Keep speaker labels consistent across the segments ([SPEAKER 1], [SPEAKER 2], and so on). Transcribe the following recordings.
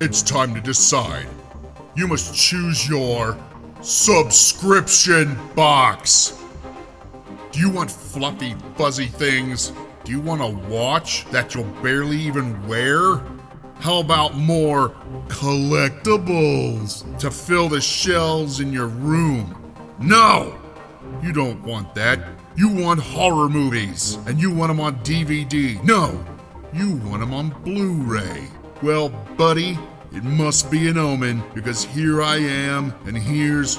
[SPEAKER 1] It's time to decide. You must choose your subscription box. Do you want fluffy, fuzzy things? Do you want a watch that you'll barely even wear? How about more collectibles to fill the shelves in your room? No! You don't want that. You want horror movies, and you want them on DVD. No, you want them on Blu ray. Well, buddy, it must be an omen because here I am, and here's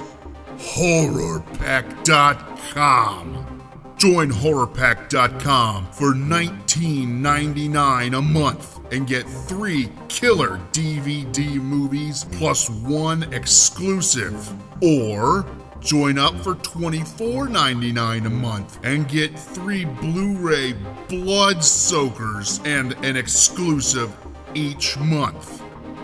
[SPEAKER 1] horrorpack.com. Join horrorpack.com for $19.99 a month and get three killer DVD movies plus one exclusive. Or join up for $24.99 a month and get three Blu ray blood soakers and an exclusive each month.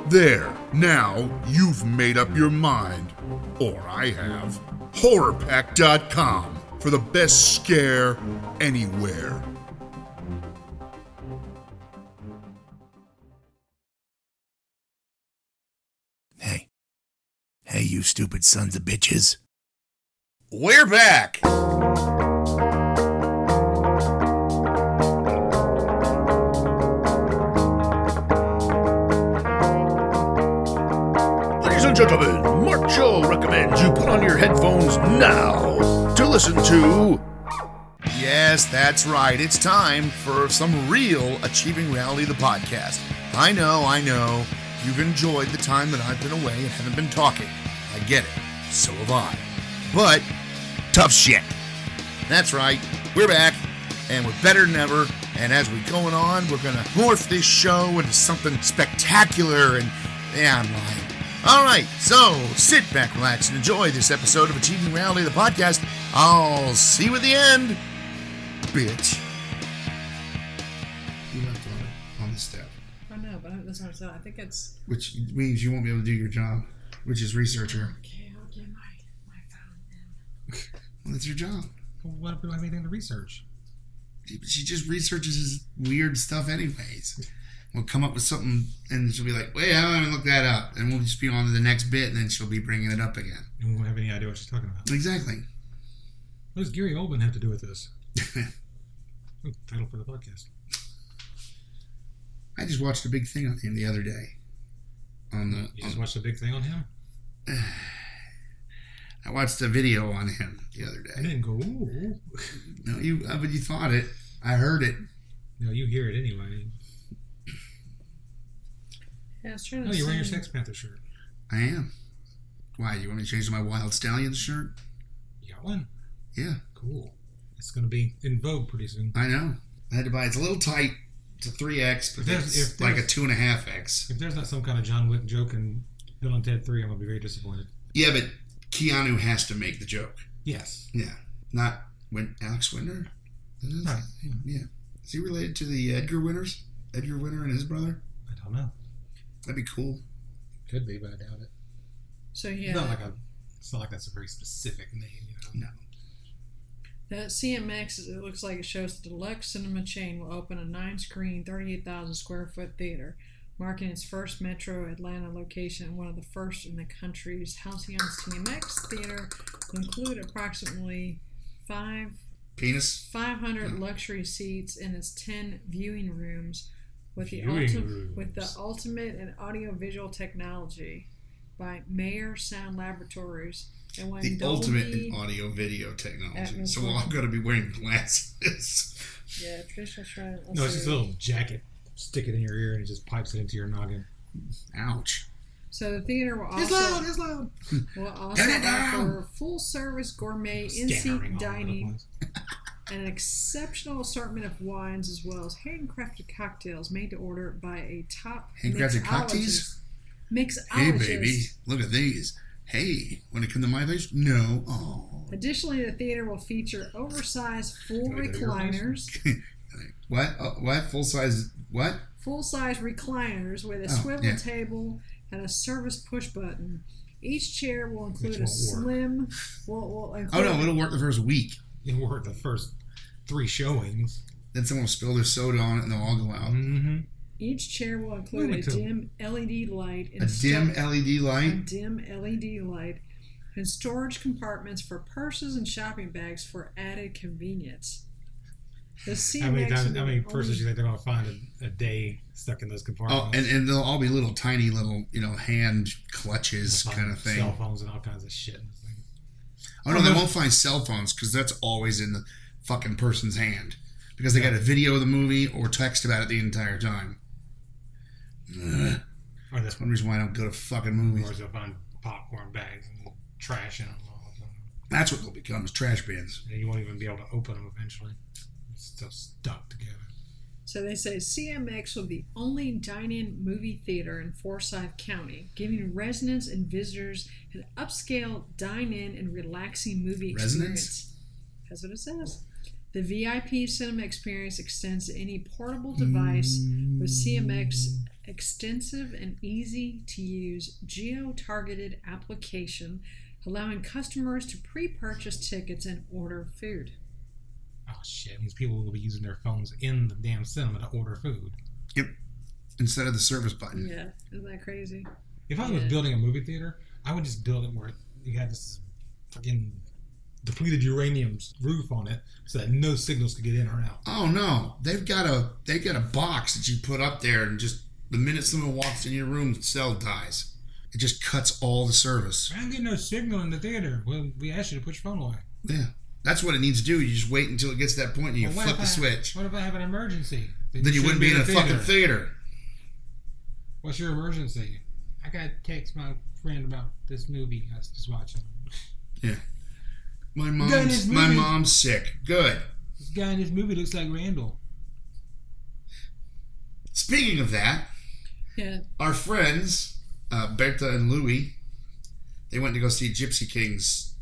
[SPEAKER 1] There, now you've made up your mind. Or I have. HorrorPack.com for the best scare anywhere.
[SPEAKER 2] Hey. Hey, you stupid sons of bitches.
[SPEAKER 1] We're back!
[SPEAKER 2] Ladies and gentlemen, Marcho recommends you put on your headphones now to listen to. Yes, that's right. It's time for some real Achieving Reality the podcast. I know, I know. You've enjoyed the time that I've been away and haven't been talking. I get it. So have I. But tough shit. That's right. We're back, and we're better than ever. And as we're going on, we're gonna morph this show into something spectacular. And yeah, I'm lying. All right, so sit back, relax, and enjoy this episode of Achieving Reality, the podcast. I'll see you at the end, bitch.
[SPEAKER 3] You left on it on the step,
[SPEAKER 4] I know, but I don't, that's what I'm saying. I think it's.
[SPEAKER 3] which means you won't be able to do your job, which is researcher.
[SPEAKER 4] Okay, I'll get my, my phone then.
[SPEAKER 3] Well, that's your job.
[SPEAKER 5] Well, what if we don't have anything to research?
[SPEAKER 3] She just researches his weird stuff, anyways. We'll come up with something, and she'll be like, "Wait, I haven't looked that up," and we'll just be on to the next bit, and then she'll be bringing it up again.
[SPEAKER 5] And we won't have any idea what she's talking about.
[SPEAKER 3] Exactly.
[SPEAKER 5] What does Gary Oldman have to do with this? Ooh, title for the podcast.
[SPEAKER 3] I just watched a big thing on him the other day. On the,
[SPEAKER 5] You
[SPEAKER 3] on-
[SPEAKER 5] just watched the big thing on him?
[SPEAKER 3] I watched a video on him the other
[SPEAKER 5] I
[SPEAKER 3] day.
[SPEAKER 5] didn't go, ooh.
[SPEAKER 3] No, you, uh, but you thought it. I heard it.
[SPEAKER 5] No, you hear it anyway.
[SPEAKER 4] Yeah, I was trying to.
[SPEAKER 5] No, you're wearing your
[SPEAKER 4] see-
[SPEAKER 5] Sex Panther shirt.
[SPEAKER 3] I am. Why? You want me to change to my Wild Stallion shirt?
[SPEAKER 5] You got one?
[SPEAKER 3] Yeah.
[SPEAKER 5] Cool. It's going to be in vogue pretty soon.
[SPEAKER 3] I know. I had to buy. It's a little tight. It's a three X, but
[SPEAKER 5] If there's-
[SPEAKER 3] it's
[SPEAKER 5] if
[SPEAKER 3] like
[SPEAKER 5] there's-
[SPEAKER 3] a two and a half X.
[SPEAKER 5] If there's not some kind of John Wick joke in Bill and Ted 3, I'm going to be very disappointed.
[SPEAKER 3] Yeah, but Keanu has to make the joke.
[SPEAKER 5] Yes.
[SPEAKER 3] Yeah, not when Alex Winter. Is-
[SPEAKER 5] Right.
[SPEAKER 3] Yeah, is he related to the Edgar Winters? Edgar Winter and his brother.
[SPEAKER 5] I don't know.
[SPEAKER 3] That'd be cool.
[SPEAKER 5] Could be, but I doubt it.
[SPEAKER 4] So yeah,
[SPEAKER 5] It's not like a. It's not like that's a very specific name. You know?
[SPEAKER 4] that CMX it looks like it shows the deluxe cinema chain will open a nine-screen, thirty-eight thousand square foot theater, marking its first Metro Atlanta location and one of the first in the country's Halcyon's TMX theater will include approximately five
[SPEAKER 3] Penis.
[SPEAKER 4] 500 luxury seats and its 10 viewing rooms with the,
[SPEAKER 5] Viewing
[SPEAKER 4] ulti-
[SPEAKER 5] rooms.
[SPEAKER 4] with the ultimate in audiovisual technology by Mayer Sound Laboratories and one
[SPEAKER 3] The
[SPEAKER 4] Dolby,
[SPEAKER 3] ultimate in audio video technology. So we're all going to be wearing glasses.
[SPEAKER 4] yeah, traditional shrine.
[SPEAKER 5] No, it's just a little jacket. Stick it in your ear and it just pipes it into your noggin.
[SPEAKER 3] Ouch.
[SPEAKER 4] So the theater will
[SPEAKER 5] It's
[SPEAKER 4] also
[SPEAKER 5] loud! It's loud!
[SPEAKER 4] will also
[SPEAKER 3] Turn it down!
[SPEAKER 4] offer full service gourmet in
[SPEAKER 5] Stammering all over
[SPEAKER 4] seat
[SPEAKER 5] the
[SPEAKER 4] dining
[SPEAKER 5] place.
[SPEAKER 4] and an exceptional assortment of wines as well as handcrafted cocktails made to order by a top
[SPEAKER 3] Handcrafted cocktails?
[SPEAKER 4] mixologist. Mixologist.
[SPEAKER 3] Hey, baby, look at these. Hey, want to come to my place? No. Oh.
[SPEAKER 4] Additionally, the theater will feature oversized full
[SPEAKER 5] Can I get a real
[SPEAKER 4] recliners,
[SPEAKER 3] What? Oh, what? Full size? What?
[SPEAKER 4] full size recliners with a
[SPEAKER 3] Oh,
[SPEAKER 4] swivel
[SPEAKER 3] yeah.
[SPEAKER 4] table and a service push button. Each chair will include
[SPEAKER 5] Which
[SPEAKER 4] a
[SPEAKER 5] won't work.
[SPEAKER 4] slim. Will, will
[SPEAKER 3] Oh
[SPEAKER 4] include,
[SPEAKER 3] no, it'll work the first week.
[SPEAKER 5] It worked the first three showings.
[SPEAKER 3] Then someone will spill their soda on it, and they'll all go out.
[SPEAKER 5] Mm-hmm.
[SPEAKER 4] Each chair will include a
[SPEAKER 5] Wait a
[SPEAKER 4] dim LED light.
[SPEAKER 3] A
[SPEAKER 5] E
[SPEAKER 3] dim LED
[SPEAKER 4] a
[SPEAKER 3] light.
[SPEAKER 4] dim LED light and storage compartments for purses and shopping bags for added convenience. The
[SPEAKER 5] How many
[SPEAKER 4] CMX
[SPEAKER 5] times? How many
[SPEAKER 4] will
[SPEAKER 5] persons do you
[SPEAKER 4] only-
[SPEAKER 5] think they're gonna find a, a day stuck in those
[SPEAKER 3] Oh,
[SPEAKER 5] compartments?
[SPEAKER 3] and, and they'll all be little tiny little, you know, hand clutches
[SPEAKER 5] Find
[SPEAKER 3] kind of thing.
[SPEAKER 5] Cell phones and all kinds of shit. It's like,
[SPEAKER 3] Oh no, they
[SPEAKER 5] Uh-huh.
[SPEAKER 3] won't find cell phones because that's always in the fucking person's hand because they got a video of the movie or text about it the entire time. Ugh.
[SPEAKER 5] Or this
[SPEAKER 3] One reason why I don't go to fucking
[SPEAKER 5] Or
[SPEAKER 3] movies.
[SPEAKER 5] they'll find popcorn bags and trash in them. all the time.
[SPEAKER 3] That's what they'll become is trash bins.
[SPEAKER 5] And You won't even be able to open them eventually. It's still stuck together.
[SPEAKER 4] So they say CMX will be the only dine-in movie theater in Forsyth County, giving residents and visitors an upscale dine-in and relaxing movie
[SPEAKER 3] Residents?
[SPEAKER 4] experience. That's what it says. The VIP cinema experience extends to any portable device with CMX extensive and easy to use geo-targeted application, allowing customers to pre-purchase tickets and order food.
[SPEAKER 5] Oh shit! These people will be using their phones in the damn cinema to order food.
[SPEAKER 3] Instead of the service button.
[SPEAKER 4] Yeah, isn't that crazy?
[SPEAKER 5] If I was
[SPEAKER 4] Yeah.
[SPEAKER 5] building a movie theater, I would just build it where you had this fucking depleted uranium roof on it, so that no signals could get in or out.
[SPEAKER 3] Oh no, they've got a they've got a box that you put up there, and just the minute someone walks in your room, the cell dies. It just cuts all the service.
[SPEAKER 5] I don't get no signal in the theater. Well, we asked you to put your phone away.
[SPEAKER 3] Yeah, that's what it needs to do. You just wait until it gets to that point, and you
[SPEAKER 5] Well, what
[SPEAKER 3] flip
[SPEAKER 5] if
[SPEAKER 3] the
[SPEAKER 5] I-
[SPEAKER 3] switch.
[SPEAKER 5] What if I have an emergency?
[SPEAKER 3] Then you wouldn't
[SPEAKER 5] shouldn't
[SPEAKER 3] be in a fucking
[SPEAKER 5] theater.
[SPEAKER 3] theater.
[SPEAKER 5] What's your emergency? I got to text my friend about this movie I was just watching.
[SPEAKER 3] My
[SPEAKER 5] Gun
[SPEAKER 3] mom's
[SPEAKER 5] is
[SPEAKER 3] my
[SPEAKER 5] moving.
[SPEAKER 3] mom's sick. Good.
[SPEAKER 5] This guy in this movie looks like Randall.
[SPEAKER 3] Speaking of that,
[SPEAKER 4] Yeah,
[SPEAKER 3] our friends uh, Berta and Louie, they went to go see Gypsy Kings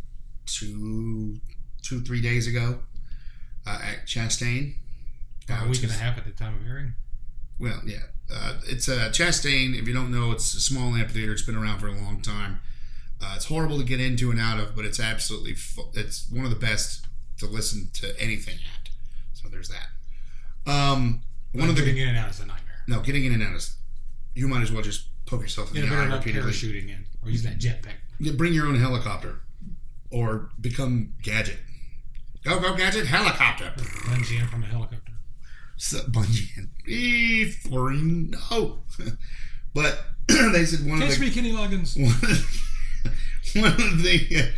[SPEAKER 3] two, two three days ago uh, at Chastain. Uh,
[SPEAKER 5] a
[SPEAKER 3] which
[SPEAKER 5] week and a
[SPEAKER 3] is-
[SPEAKER 5] half at the time of airing.
[SPEAKER 3] Well, yeah. Uh, it's uh, Chastain. If you don't know, it's a small amphitheater. It's been around for a long time. Uh, it's horrible to get into and out of, but it's absolutely fu- it's one of the best to listen to anything at. So there's that. Um, one
[SPEAKER 5] Like,
[SPEAKER 3] of the
[SPEAKER 5] getting in and out is a nightmare.
[SPEAKER 3] no getting in and out is you might as well just poke yourself in
[SPEAKER 5] You
[SPEAKER 3] the
[SPEAKER 5] better
[SPEAKER 3] eye
[SPEAKER 5] not
[SPEAKER 3] repeatedly.
[SPEAKER 5] parachuting in or using that jetpack.
[SPEAKER 3] You bring your own helicopter, or become gadget. Go go gadget helicopter.
[SPEAKER 5] Bungee in from a helicopter.
[SPEAKER 3] So, Bungie and e foreign no, but they said one of
[SPEAKER 5] Catch
[SPEAKER 3] the
[SPEAKER 5] me, Kenny Loggins.
[SPEAKER 3] one of the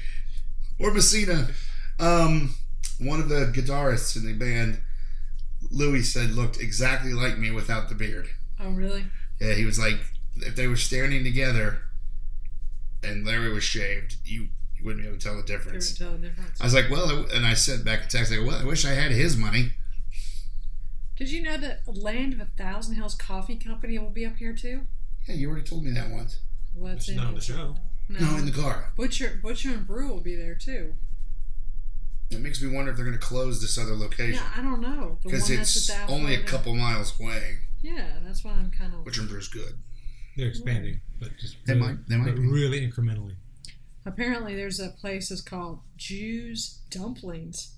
[SPEAKER 3] uh, or Messina, um, one of the guitarists in the band, Louis said looked exactly like me without the beard.
[SPEAKER 4] Oh, really?
[SPEAKER 3] Yeah, he was like, if they were standing together, and Larry was shaved, you you wouldn't be able to tell the
[SPEAKER 4] Couldn't
[SPEAKER 3] difference.
[SPEAKER 4] tell the difference.
[SPEAKER 3] I was like, well, I- and I sent back a text like, well, I wish I had his money.
[SPEAKER 4] Did you know that Land of a Thousand Hills Coffee Company will be up here too?
[SPEAKER 3] Yeah, you already told me that once.
[SPEAKER 4] What's
[SPEAKER 5] It's
[SPEAKER 4] in
[SPEAKER 5] not on the show.
[SPEAKER 4] No.
[SPEAKER 3] No, in the car.
[SPEAKER 4] Butcher, Butcher and Brew will be there too.
[SPEAKER 3] It makes me wonder if they're going to close this other location
[SPEAKER 4] Yeah, I don't know. The
[SPEAKER 3] because
[SPEAKER 4] one that's
[SPEAKER 3] it's
[SPEAKER 4] at that
[SPEAKER 3] only a
[SPEAKER 4] Florida-
[SPEAKER 3] couple miles away,
[SPEAKER 4] Yeah, that's why I'm kind of.
[SPEAKER 3] which I'm brews good.
[SPEAKER 5] They're expanding, but just
[SPEAKER 3] They
[SPEAKER 5] really,
[SPEAKER 3] might- they might
[SPEAKER 5] but
[SPEAKER 3] be.
[SPEAKER 5] really incrementally.
[SPEAKER 4] Apparently, there's a place that's called Jews Dumplings.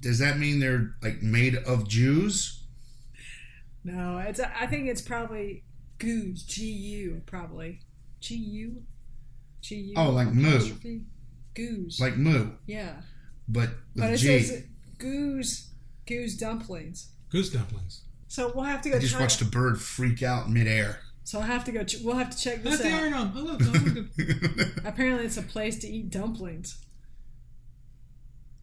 [SPEAKER 3] Does that mean they're like made of Jews?
[SPEAKER 4] No, it's. I think it's probably Goos. G U probably. G U. G U.
[SPEAKER 3] Oh, like moo.
[SPEAKER 4] apostrophe? Goos.
[SPEAKER 3] Like moo,
[SPEAKER 4] yeah,
[SPEAKER 3] but with
[SPEAKER 4] but
[SPEAKER 3] a
[SPEAKER 4] it
[SPEAKER 3] G.
[SPEAKER 4] says Goos. Goos Dumplings.
[SPEAKER 5] Goose dumplings.
[SPEAKER 4] So we'll have to go.
[SPEAKER 3] I just
[SPEAKER 4] try-
[SPEAKER 3] watched a bird freak out midair.
[SPEAKER 4] So I'll have to go. Ch- we'll have to check
[SPEAKER 5] That's
[SPEAKER 4] this
[SPEAKER 5] the
[SPEAKER 4] out.
[SPEAKER 5] iron on. Oh, look, oh, look.
[SPEAKER 4] Apparently, it's a place to eat dumplings.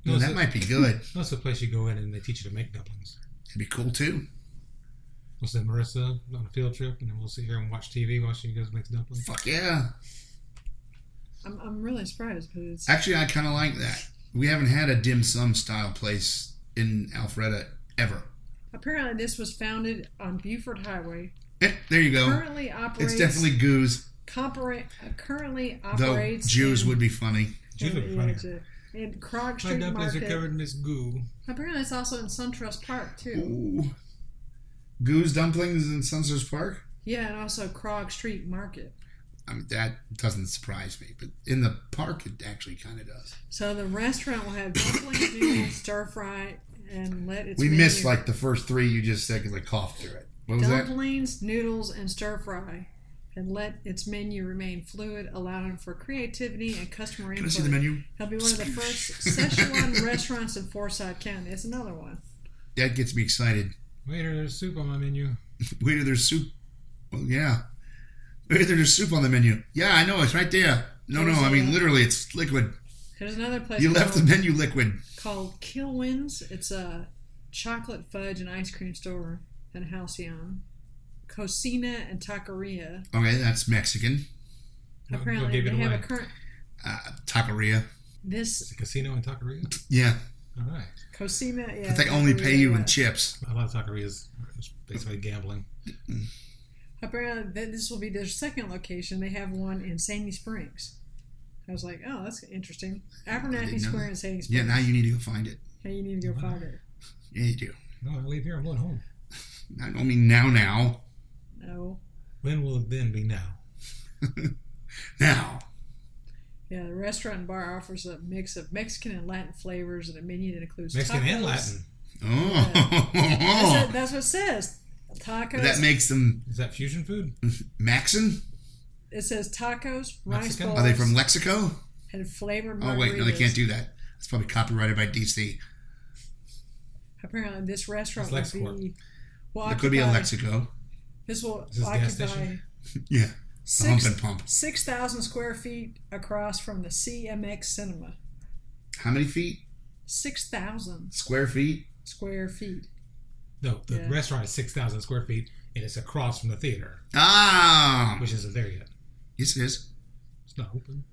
[SPEAKER 5] No, it's
[SPEAKER 3] that
[SPEAKER 5] a-
[SPEAKER 3] might be good.
[SPEAKER 5] no, it's a place you go in and they teach you to make dumplings.
[SPEAKER 3] It'd be cool too.
[SPEAKER 5] We'll send Marissa on a field trip, and then we'll sit here and watch TV while she goes and makes dumplings.
[SPEAKER 3] Fuck yeah.
[SPEAKER 4] I'm, I'm really surprised, but it's
[SPEAKER 3] Actually, I kind of like that. We haven't had a dim sum style place in Alfreda ever.
[SPEAKER 4] apparently this was founded on Buford Highway.
[SPEAKER 3] Eh, there you go.
[SPEAKER 4] Currently operates.
[SPEAKER 3] It's definitely goose,
[SPEAKER 4] compara- uh, currently
[SPEAKER 3] though
[SPEAKER 4] operates.
[SPEAKER 3] Jews
[SPEAKER 4] in,
[SPEAKER 3] would be funny.
[SPEAKER 5] Jews would be
[SPEAKER 4] in-
[SPEAKER 5] funny.
[SPEAKER 4] In Krog
[SPEAKER 5] My
[SPEAKER 4] Street
[SPEAKER 5] dumplings
[SPEAKER 4] Market.
[SPEAKER 5] are covered in this goo.
[SPEAKER 4] Apparently, it's also in SunTrust Park too.
[SPEAKER 3] Ooh. Goose dumplings in Sunset Park?
[SPEAKER 4] Yeah, and also Krog Street Market.
[SPEAKER 3] I mean, that doesn't surprise me, but in the park, it actually kind of does.
[SPEAKER 4] So the restaurant will have dumplings, noodles, stir fry, and let its
[SPEAKER 3] we
[SPEAKER 4] menu-
[SPEAKER 3] missed like the first three you just said because I coughed through it. What was that?
[SPEAKER 4] dumplings, noodles, and stir fry, and let its menu remain fluid, allowing for creativity and customer input.
[SPEAKER 3] Can I see the menu?
[SPEAKER 4] It'll be one of the first Szechuan restaurants in Forsyth County. It's another one.
[SPEAKER 3] That gets me excited.
[SPEAKER 5] Waiter, there's soup on my menu.
[SPEAKER 3] Waiter, there's soup. Well, yeah. Waiter, there's soup on the menu. Yeah, I know. It's right there. No, no. I
[SPEAKER 4] uh,
[SPEAKER 3] mean, literally, it's liquid.
[SPEAKER 4] There's another place
[SPEAKER 3] You
[SPEAKER 4] called,
[SPEAKER 3] left the menu liquid.
[SPEAKER 4] called Kilwins. It's a chocolate fudge and ice cream store in Halcyon. Cocina and Taqueria.
[SPEAKER 3] Okay, that's Mexican.
[SPEAKER 5] What- what
[SPEAKER 4] Apparently,
[SPEAKER 5] gave
[SPEAKER 4] they
[SPEAKER 5] it
[SPEAKER 4] have a
[SPEAKER 5] away?
[SPEAKER 4] current.
[SPEAKER 3] Uh, taqueria.
[SPEAKER 4] This
[SPEAKER 5] It's a casino in Taqueria.
[SPEAKER 3] Yeah,
[SPEAKER 5] All right.
[SPEAKER 4] Cocina. Yeah,
[SPEAKER 3] but they only pay
[SPEAKER 4] Taqueria,
[SPEAKER 3] you
[SPEAKER 4] yeah.
[SPEAKER 3] in chips.
[SPEAKER 5] A lot of taquerias is basically gambling.
[SPEAKER 4] Apparently, th- this will be their second location. They have one in Sandy Springs. I was like, oh, that's interesting. Abernathy
[SPEAKER 3] didn't know
[SPEAKER 4] Square
[SPEAKER 3] that.
[SPEAKER 4] in Sandy Springs.
[SPEAKER 3] Yeah, now you need to go find it.
[SPEAKER 4] Now you need to go find it.
[SPEAKER 3] Yeah, you do.
[SPEAKER 5] No, I leave here. I'm going home.
[SPEAKER 3] I don't mean now, now,
[SPEAKER 4] No.
[SPEAKER 5] When will it then be now?
[SPEAKER 3] now.
[SPEAKER 4] Yeah, the restaurant and bar offers a mix of Mexican and Latin flavors and a menu that includes
[SPEAKER 5] Mexican
[SPEAKER 4] tacos.
[SPEAKER 5] and Latin.
[SPEAKER 3] Oh,
[SPEAKER 4] That's, it- that's what it says. Tacos.
[SPEAKER 3] that makes them
[SPEAKER 5] Is that fusion food?
[SPEAKER 3] Maxon.
[SPEAKER 4] it says tacos, rice
[SPEAKER 5] Mexican?
[SPEAKER 4] balls,
[SPEAKER 3] Are they from Lexico?
[SPEAKER 4] and flavored margaritas.
[SPEAKER 3] Oh wait, no, they can't do that. It's probably copyrighted by DC.
[SPEAKER 4] Apparently, this restaurant
[SPEAKER 5] It's
[SPEAKER 4] will
[SPEAKER 5] LexCorp.
[SPEAKER 4] be. Will
[SPEAKER 3] It could be a
[SPEAKER 4] occupy-
[SPEAKER 3] Lexico.
[SPEAKER 4] This will
[SPEAKER 5] Is this a gas
[SPEAKER 4] occupy
[SPEAKER 5] station?
[SPEAKER 3] Yeah, the hump
[SPEAKER 4] six
[SPEAKER 3] and pump.
[SPEAKER 4] six thousand square feet across from the CMX Cinema.
[SPEAKER 3] How many feet?
[SPEAKER 4] Six thousand
[SPEAKER 3] Square feet?
[SPEAKER 4] square feet.
[SPEAKER 5] No, the
[SPEAKER 4] Yeah.
[SPEAKER 5] restaurant is 6,000 square feet and it's across from the theater,
[SPEAKER 3] Ah,
[SPEAKER 5] which isn't there yet.
[SPEAKER 3] yes, it is.
[SPEAKER 5] It's not open.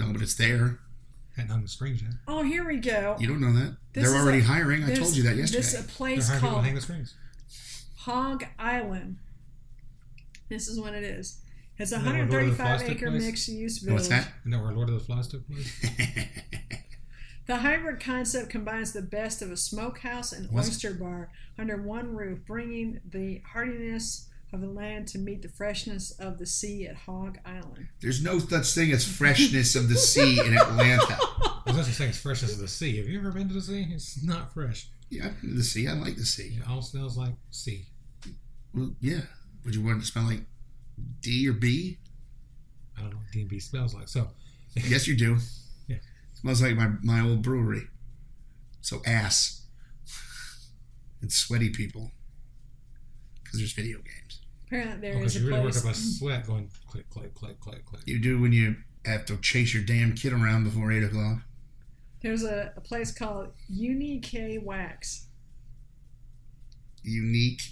[SPEAKER 3] No, but it's there.
[SPEAKER 5] Hadn't hung the strings yet.
[SPEAKER 4] Oh, here we go.
[SPEAKER 3] You don't know that.
[SPEAKER 4] This
[SPEAKER 3] They're
[SPEAKER 4] is
[SPEAKER 3] already
[SPEAKER 4] a-
[SPEAKER 3] hiring. I
[SPEAKER 4] There's-
[SPEAKER 3] told you that
[SPEAKER 4] This is
[SPEAKER 3] yesterday.
[SPEAKER 4] a
[SPEAKER 5] They're
[SPEAKER 4] place
[SPEAKER 5] hiring people to
[SPEAKER 4] called
[SPEAKER 5] hang the strings.
[SPEAKER 4] Hog Island. This is what it is. It's a
[SPEAKER 5] Is that where Lord of the
[SPEAKER 4] 135
[SPEAKER 5] Flies took
[SPEAKER 4] acre
[SPEAKER 5] place?
[SPEAKER 4] mixed use
[SPEAKER 3] And What's
[SPEAKER 4] village.
[SPEAKER 3] that?
[SPEAKER 5] Isn't that where Lord of the Flies took place?
[SPEAKER 4] The hybrid concept combines the best of a smokehouse and
[SPEAKER 3] What's-
[SPEAKER 4] oyster bar under one roof, bringing the hardiness of the land to meet the freshness of the sea at Hog Island.
[SPEAKER 3] There's no such thing as freshness of the sea in Atlanta.
[SPEAKER 5] There's also saying it's fresh as the sea. Have you ever been to the sea? It's not fresh.
[SPEAKER 3] Yeah, I've been to the sea. I like the sea.
[SPEAKER 5] It all smells like sea.
[SPEAKER 3] Well, yeah. Would you want it to smell like D or B?
[SPEAKER 5] I don't know what D&B smells like. So, oh,
[SPEAKER 3] Yes, you do.
[SPEAKER 5] Yeah.
[SPEAKER 3] Smells like my, my old brewery. So ass and sweaty people because there's video games.
[SPEAKER 4] Apparently, there
[SPEAKER 5] because
[SPEAKER 4] is a
[SPEAKER 5] you really work
[SPEAKER 4] place.
[SPEAKER 5] up a sweat going click, click, click, click, click.
[SPEAKER 3] You do when you have to chase your damn kid around before eight o'clock.
[SPEAKER 4] There's a, a place called Uni K Wax.
[SPEAKER 3] Unique.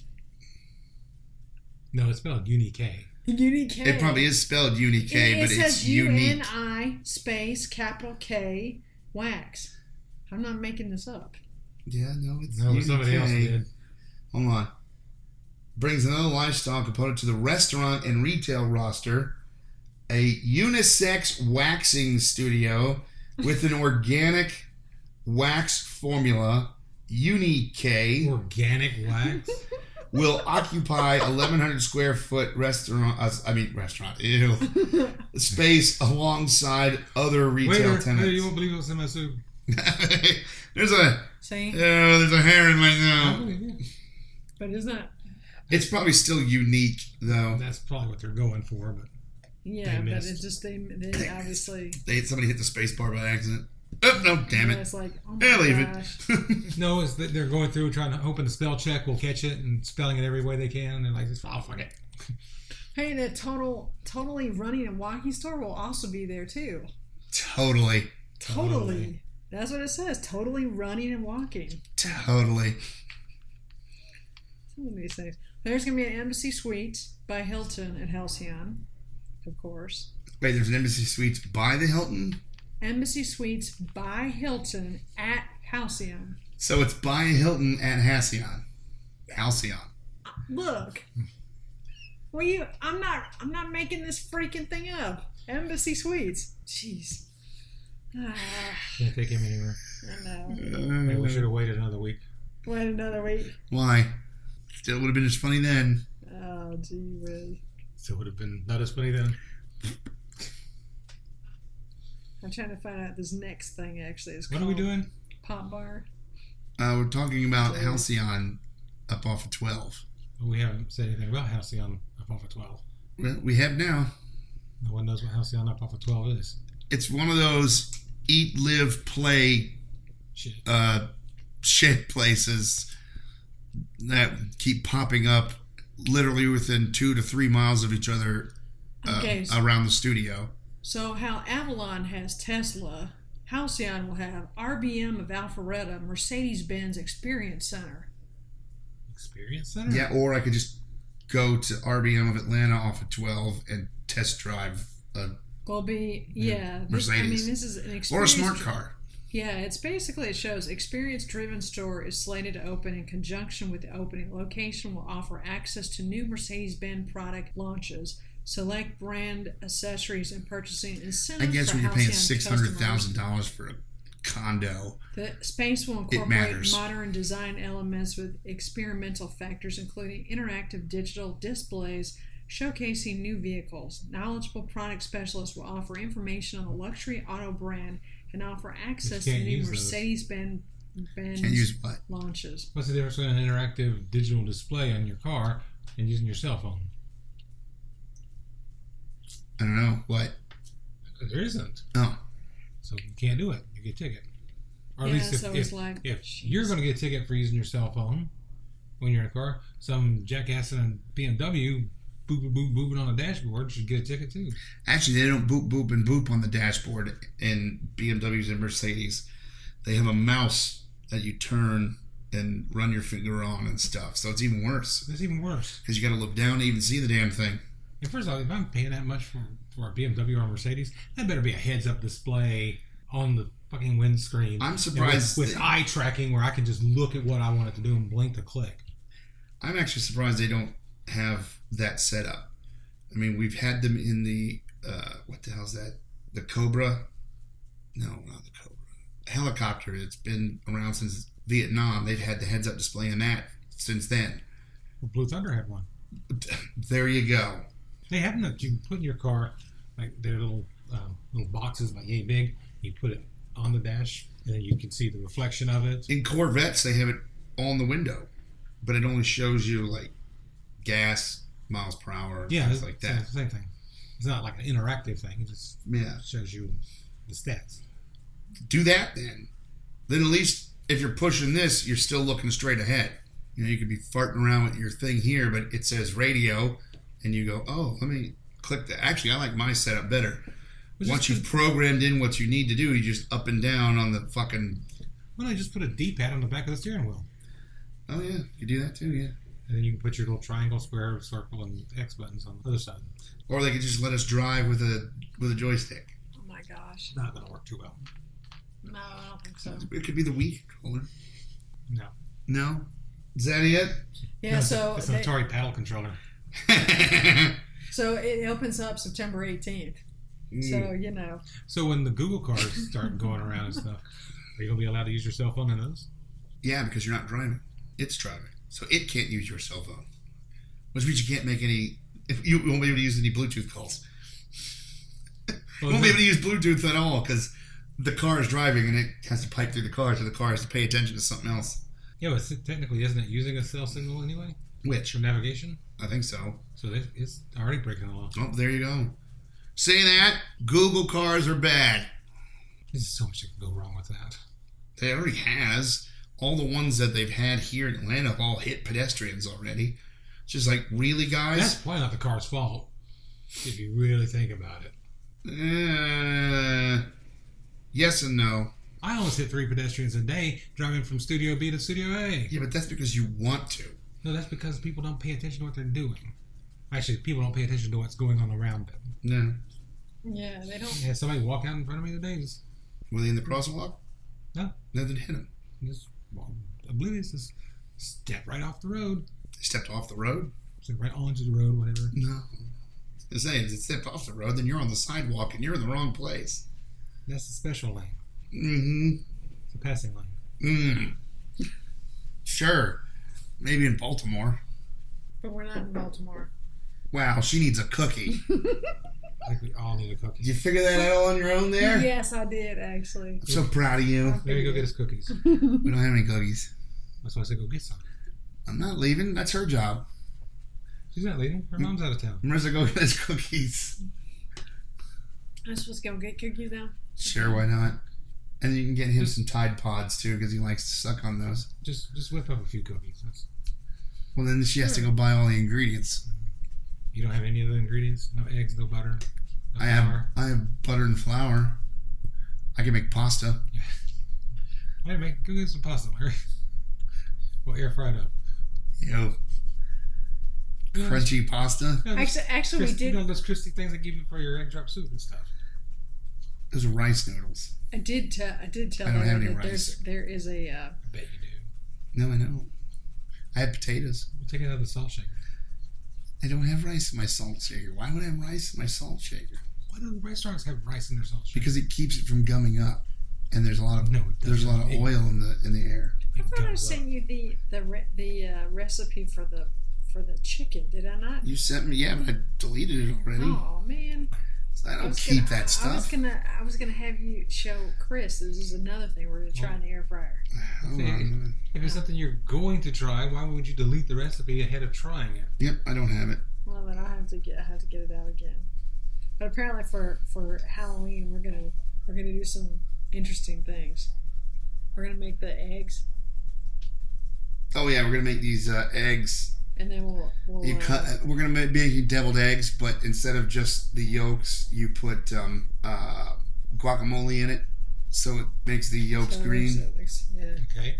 [SPEAKER 5] No, it's spelled Uni-K.
[SPEAKER 4] Uni K.
[SPEAKER 3] It probably is spelled unique,
[SPEAKER 4] It,
[SPEAKER 3] but
[SPEAKER 4] it
[SPEAKER 3] it's
[SPEAKER 4] says U
[SPEAKER 3] unique.
[SPEAKER 4] N I space capital K Wax. I'm not making this up.
[SPEAKER 3] yeah, no, it's
[SPEAKER 5] No,
[SPEAKER 3] unique.
[SPEAKER 5] somebody else did.
[SPEAKER 3] Hold on. Brings another lifestyle component to the restaurant and retail roster a unisex waxing studio with an organic wax formula. Uni-K
[SPEAKER 5] Organic wax.
[SPEAKER 3] will occupy 1,100 square foot restaurant. Uh, I mean, restaurant. Ew. Space alongside other retail
[SPEAKER 5] Waiter, waiter, you
[SPEAKER 3] tenants.
[SPEAKER 5] won't believe what's in my soup.
[SPEAKER 3] there's a
[SPEAKER 4] See?
[SPEAKER 3] oh, there's a hair in my
[SPEAKER 5] I
[SPEAKER 3] nose.
[SPEAKER 5] believe you.
[SPEAKER 4] But it's not.
[SPEAKER 3] It's probably still unique though.
[SPEAKER 5] That's probably what they're going for, but
[SPEAKER 4] Yeah, but
[SPEAKER 5] missed.
[SPEAKER 4] it's just they, they obviously.
[SPEAKER 3] They somebody hit the space bar by accident. Oh no! Damn
[SPEAKER 4] It's
[SPEAKER 3] it!
[SPEAKER 4] like, oh my
[SPEAKER 3] Yeah, leave
[SPEAKER 4] gosh.
[SPEAKER 3] it.
[SPEAKER 5] No, it's that they're going through trying to hoping the spell check will catch it and spelling it every way they can. And they're like, oh, fuck it.
[SPEAKER 4] Hey, the total, totally running and walking store will also be there too.
[SPEAKER 3] totally,
[SPEAKER 4] Totally.
[SPEAKER 5] Totally.
[SPEAKER 4] That's what it says. Totally running and walking.
[SPEAKER 3] totally.
[SPEAKER 4] Some of these things. There's gonna be an Embassy Suites by Hilton at Halcyon, of course.
[SPEAKER 3] Wait, there's an Embassy Suites by the Hilton,
[SPEAKER 4] Embassy Suites by Hilton at Halcyon.
[SPEAKER 3] so it's by Hilton at Halcyon. Halcyon.
[SPEAKER 4] Look. Well, you, I'm not, I'm not making this freaking thing up. Embassy Suites. Jeez. Ah,
[SPEAKER 5] Can't take him anywhere.
[SPEAKER 4] I know.
[SPEAKER 5] Maybe we should have waited another week.
[SPEAKER 4] Wait another week.
[SPEAKER 3] Why? Still would have been as funny then.
[SPEAKER 4] Oh, gee whiz.
[SPEAKER 5] So it would have been not as funny then.
[SPEAKER 4] I'm trying to find out this next thing actually is
[SPEAKER 5] What are
[SPEAKER 4] called
[SPEAKER 5] we doing?
[SPEAKER 4] Pop bar.
[SPEAKER 3] Uh, we're talking about Halcyon up off of 12.
[SPEAKER 5] But we haven't said anything about Halcyon up off of 12.
[SPEAKER 3] Well, we have now.
[SPEAKER 5] No one knows what Halcyon up off of 12 is.
[SPEAKER 3] It's one of those eat, live, play
[SPEAKER 5] Shit.
[SPEAKER 3] uh, shit places that keep popping up literally within two to three miles of each other uh,
[SPEAKER 4] Okay, so-
[SPEAKER 3] around the studio.
[SPEAKER 4] So how Avalon has Tesla, Halcyon will have RBM of Alpharetta, Mercedes Benz Experience Center.
[SPEAKER 5] Experience
[SPEAKER 4] Mm.
[SPEAKER 5] Center?
[SPEAKER 3] Yeah, or I could just go to RBM of Atlanta off of 12 and test drive a,
[SPEAKER 4] Will be yeah. This, I mean,
[SPEAKER 3] Mercedes.
[SPEAKER 4] this is an experience.
[SPEAKER 3] or a smart car.
[SPEAKER 4] Yeah, it's basically it shows experience driven store is slated to open in conjunction with the opening. Location will offer access to new Mercedes Benz product launches, select brand accessories, and purchasing
[SPEAKER 3] I
[SPEAKER 4] incentives.
[SPEAKER 3] guess
[SPEAKER 4] for
[SPEAKER 3] when you're paying
[SPEAKER 4] Halcyon
[SPEAKER 3] six hundred
[SPEAKER 4] customers.
[SPEAKER 3] thousand dollars for a condo,
[SPEAKER 4] The space will incorporate
[SPEAKER 3] matters.
[SPEAKER 4] modern design elements with experimental factors, including interactive digital displays showcasing new vehicles. Knowledgeable product specialists will offer information on the luxury auto brand and offer access to
[SPEAKER 5] can't
[SPEAKER 4] new
[SPEAKER 5] use those.
[SPEAKER 4] Mercedes Benz Benz
[SPEAKER 3] can't use what?
[SPEAKER 4] launches.
[SPEAKER 5] What's the difference between an interactive digital display on your car and using your cell phone?
[SPEAKER 3] I don't know what.
[SPEAKER 5] There isn't.
[SPEAKER 3] Oh,
[SPEAKER 5] So you can't do it. You get a ticket. Or at
[SPEAKER 4] Yeah,
[SPEAKER 5] least if,
[SPEAKER 4] so
[SPEAKER 5] if,
[SPEAKER 4] it's like,
[SPEAKER 5] if
[SPEAKER 4] jeez.
[SPEAKER 5] you're going to get a ticket for using your cell phone when you're in a car, some jackass in a BMW boop, boop, boop, booping on a dashboard should get a ticket too.
[SPEAKER 3] actually, they don't boop boop and boop on the dashboard in BMWs and Mercedes. They have a mouse that you turn and run your finger on and stuff. So it's even worse
[SPEAKER 5] That's even worse.
[SPEAKER 3] because you got to look down to even see the damn thing.
[SPEAKER 5] And first of all, if I'm paying that much for, for a BMW or a Mercedes, that better be a heads up display on the fucking windscreen.
[SPEAKER 3] I'm
[SPEAKER 5] And
[SPEAKER 3] surprised
[SPEAKER 5] With, with
[SPEAKER 3] that-
[SPEAKER 5] eye tracking where I can just look at what I want it to do and blink to click.
[SPEAKER 3] I'm actually surprised they don't have that set up. I mean, we've had them in the uh, what the hell's that? The Cobra? No, not the Cobra. Helicopter. It's been around since Vietnam. They've had the heads-up display in that since then.
[SPEAKER 5] Well, Blue Thunder had one.
[SPEAKER 3] There you go.
[SPEAKER 5] They have no. You put in your car, like their little um, little boxes, like yay big. You put it on the dash, and then you can see the reflection of it.
[SPEAKER 3] In Corvettes, they have it on the window, but it only shows you like gas, miles per hour,
[SPEAKER 5] Yeah,
[SPEAKER 3] things
[SPEAKER 5] it's
[SPEAKER 3] like that.
[SPEAKER 5] Same, same thing. It's not like an interactive thing. It just
[SPEAKER 3] Yeah.
[SPEAKER 5] shows you the stats.
[SPEAKER 3] do that then. Then at least if you're pushing this, you're still looking straight ahead. You know, you could be farting around with your thing here, but it says radio, and you go, oh, let me click that. Actually, I like my setup better.
[SPEAKER 5] Which is
[SPEAKER 3] Once you've programmed in what you need to do, you just up and down on the fucking.
[SPEAKER 5] Why don't you just put a D-pad on the back of the steering wheel,
[SPEAKER 3] Oh yeah, you do that too, yeah.
[SPEAKER 5] and then you can put your little triangle, square, circle, and X buttons on the other side.
[SPEAKER 3] Or they could just let us drive with a with a joystick.
[SPEAKER 4] Oh my gosh.
[SPEAKER 5] It's not going to work too well.
[SPEAKER 4] No, I don't think so.
[SPEAKER 3] It could be the Wii controller.
[SPEAKER 5] No,
[SPEAKER 3] No, is that it?
[SPEAKER 4] Yeah,
[SPEAKER 5] No, it's-
[SPEAKER 4] so
[SPEAKER 5] it's an
[SPEAKER 4] they-
[SPEAKER 5] Atari paddle controller.
[SPEAKER 4] so it opens up September 18th. So,
[SPEAKER 3] Mm.
[SPEAKER 4] you know,
[SPEAKER 5] So when the Google cars start going around and stuff, are you going to be allowed to use your cell phone in those?
[SPEAKER 3] Yeah, because you're not driving. It's driving. So it can't use your cell phone. Which means you can't make any, if you won't be able to use any Bluetooth calls. You
[SPEAKER 5] Well,
[SPEAKER 3] won't be able to use Bluetooth at all because the car is driving and it has to pipe through the car, so the car has to pay attention to something else.
[SPEAKER 5] Yeah, but technically, isn't it using a cell signal anyway
[SPEAKER 3] Which,
[SPEAKER 5] for navigation?
[SPEAKER 3] I think so.
[SPEAKER 5] So it's, it's already breaking the law.
[SPEAKER 3] Oh, there you go. Say that, Google cars are bad.
[SPEAKER 5] There's so much that can go wrong with that.
[SPEAKER 3] They already has. All the ones that they've had here in Atlanta have all hit pedestrians already. It's just like, really, guys?
[SPEAKER 5] That's probably not the car's fault if you really think about it.
[SPEAKER 3] Uh, yes and no.
[SPEAKER 5] I almost hit three pedestrians a day driving from Studio B to Studio A.
[SPEAKER 3] Yeah, but that's because you want to.
[SPEAKER 5] No, that's because people don't pay attention to what they're doing. Actually, people don't pay attention to what's going on around them.
[SPEAKER 3] No.
[SPEAKER 4] yeah, they don't.
[SPEAKER 5] I had somebody walk out in front of me today. Just,
[SPEAKER 3] Were they in the crosswalk?
[SPEAKER 5] No.
[SPEAKER 3] No, they didn't hit him.
[SPEAKER 5] just well, oblivious, just step right off the road,
[SPEAKER 3] They stepped off the road?
[SPEAKER 5] step right onto the road, whatever.
[SPEAKER 3] No. I was saying, if they stepped off the road, then you're on the sidewalk and you're in the wrong place.
[SPEAKER 5] That's the special lane,
[SPEAKER 3] Mm
[SPEAKER 5] it's a passing lane.
[SPEAKER 3] hmm. Mm. Sure. Maybe in Baltimore.
[SPEAKER 4] But we're not in Baltimore.
[SPEAKER 3] Wow, she needs a cookie.
[SPEAKER 5] I think we all need a cookie.
[SPEAKER 3] Did you figure that out on your own there?
[SPEAKER 4] Yes, I did actually.
[SPEAKER 3] I'm so proud of you.
[SPEAKER 5] Maybe go get us cookies.
[SPEAKER 3] We don't have any cookies.
[SPEAKER 5] That's why I said go get some.
[SPEAKER 3] I'm not leaving. That's her job.
[SPEAKER 5] She's not leaving. Her mom's out of town.
[SPEAKER 3] Marissa, go get us cookies.
[SPEAKER 4] I'm supposed to go get cookies now.
[SPEAKER 3] Sure, why not? And you can get him some Tide Pods too, because he likes to suck on those.
[SPEAKER 5] Just just whip up a few cookies. That's,
[SPEAKER 3] Well, then she has to go buy all the ingredients.
[SPEAKER 5] you don't have any of the ingredients? No eggs, no butter, no
[SPEAKER 3] I have,
[SPEAKER 5] flour.
[SPEAKER 3] I have butter and flour. I can make pasta.
[SPEAKER 5] Hey, make go get some pasta, Larry. Well, air fried up.
[SPEAKER 3] Yo,
[SPEAKER 5] You know,
[SPEAKER 3] crunchy pasta.
[SPEAKER 5] you know, those
[SPEAKER 4] Actually, actually, we
[SPEAKER 5] Christy, You
[SPEAKER 4] did.
[SPEAKER 5] know those Christy things I give you for your egg drop soup and stuff.
[SPEAKER 3] Those are rice noodles.
[SPEAKER 4] I did tell. I did tell
[SPEAKER 3] I don't
[SPEAKER 4] her
[SPEAKER 3] have any
[SPEAKER 4] that
[SPEAKER 3] rice.
[SPEAKER 4] there's there is a. Uh,
[SPEAKER 5] I bet you do.
[SPEAKER 3] No, I know. I have potatoes.
[SPEAKER 5] We'll take it out of the salt shaker.
[SPEAKER 3] I don't have rice in my salt shaker. Why would I have rice in my salt shaker?
[SPEAKER 5] Why do restaurants have rice in their salt shaker?
[SPEAKER 3] Because it keeps it from gumming up. And there's a lot of
[SPEAKER 5] No, it
[SPEAKER 3] there's a lot of
[SPEAKER 5] doesn't. It-
[SPEAKER 3] oil in the in the air.
[SPEAKER 4] I
[SPEAKER 5] It
[SPEAKER 4] thought I
[SPEAKER 5] goes up.
[SPEAKER 4] sent you the the re- the uh, recipe for the for the chicken. Did I not?
[SPEAKER 3] You sent me, yeah, but I deleted it already.
[SPEAKER 4] Oh man!
[SPEAKER 3] So I
[SPEAKER 4] I
[SPEAKER 3] don't
[SPEAKER 4] was
[SPEAKER 3] keep
[SPEAKER 4] gonna-
[SPEAKER 3] that
[SPEAKER 4] I was
[SPEAKER 3] stuff.
[SPEAKER 4] gonna I was gonna have you show Chris. This is another thing we're gonna try in the air fryer.
[SPEAKER 3] Hold on.
[SPEAKER 5] If it's something you're going to try, why would you delete the recipe ahead of trying it?
[SPEAKER 3] Yep, I don't have it.
[SPEAKER 4] Well, then I have to get I have to get it out again. But apparently for for Halloween we're gonna we're gonna do some interesting things. We're gonna make the eggs
[SPEAKER 3] Oh yeah, we're gonna make these uh, eggs.
[SPEAKER 4] and then we'll we'll
[SPEAKER 3] You
[SPEAKER 4] uh,
[SPEAKER 3] cut. We're gonna make making deviled eggs, but instead of just the yolks, you put um, uh, guacamole in it, so it makes the yolks
[SPEAKER 4] colors
[SPEAKER 3] green.
[SPEAKER 4] it. Looks- Yeah.
[SPEAKER 5] Okay.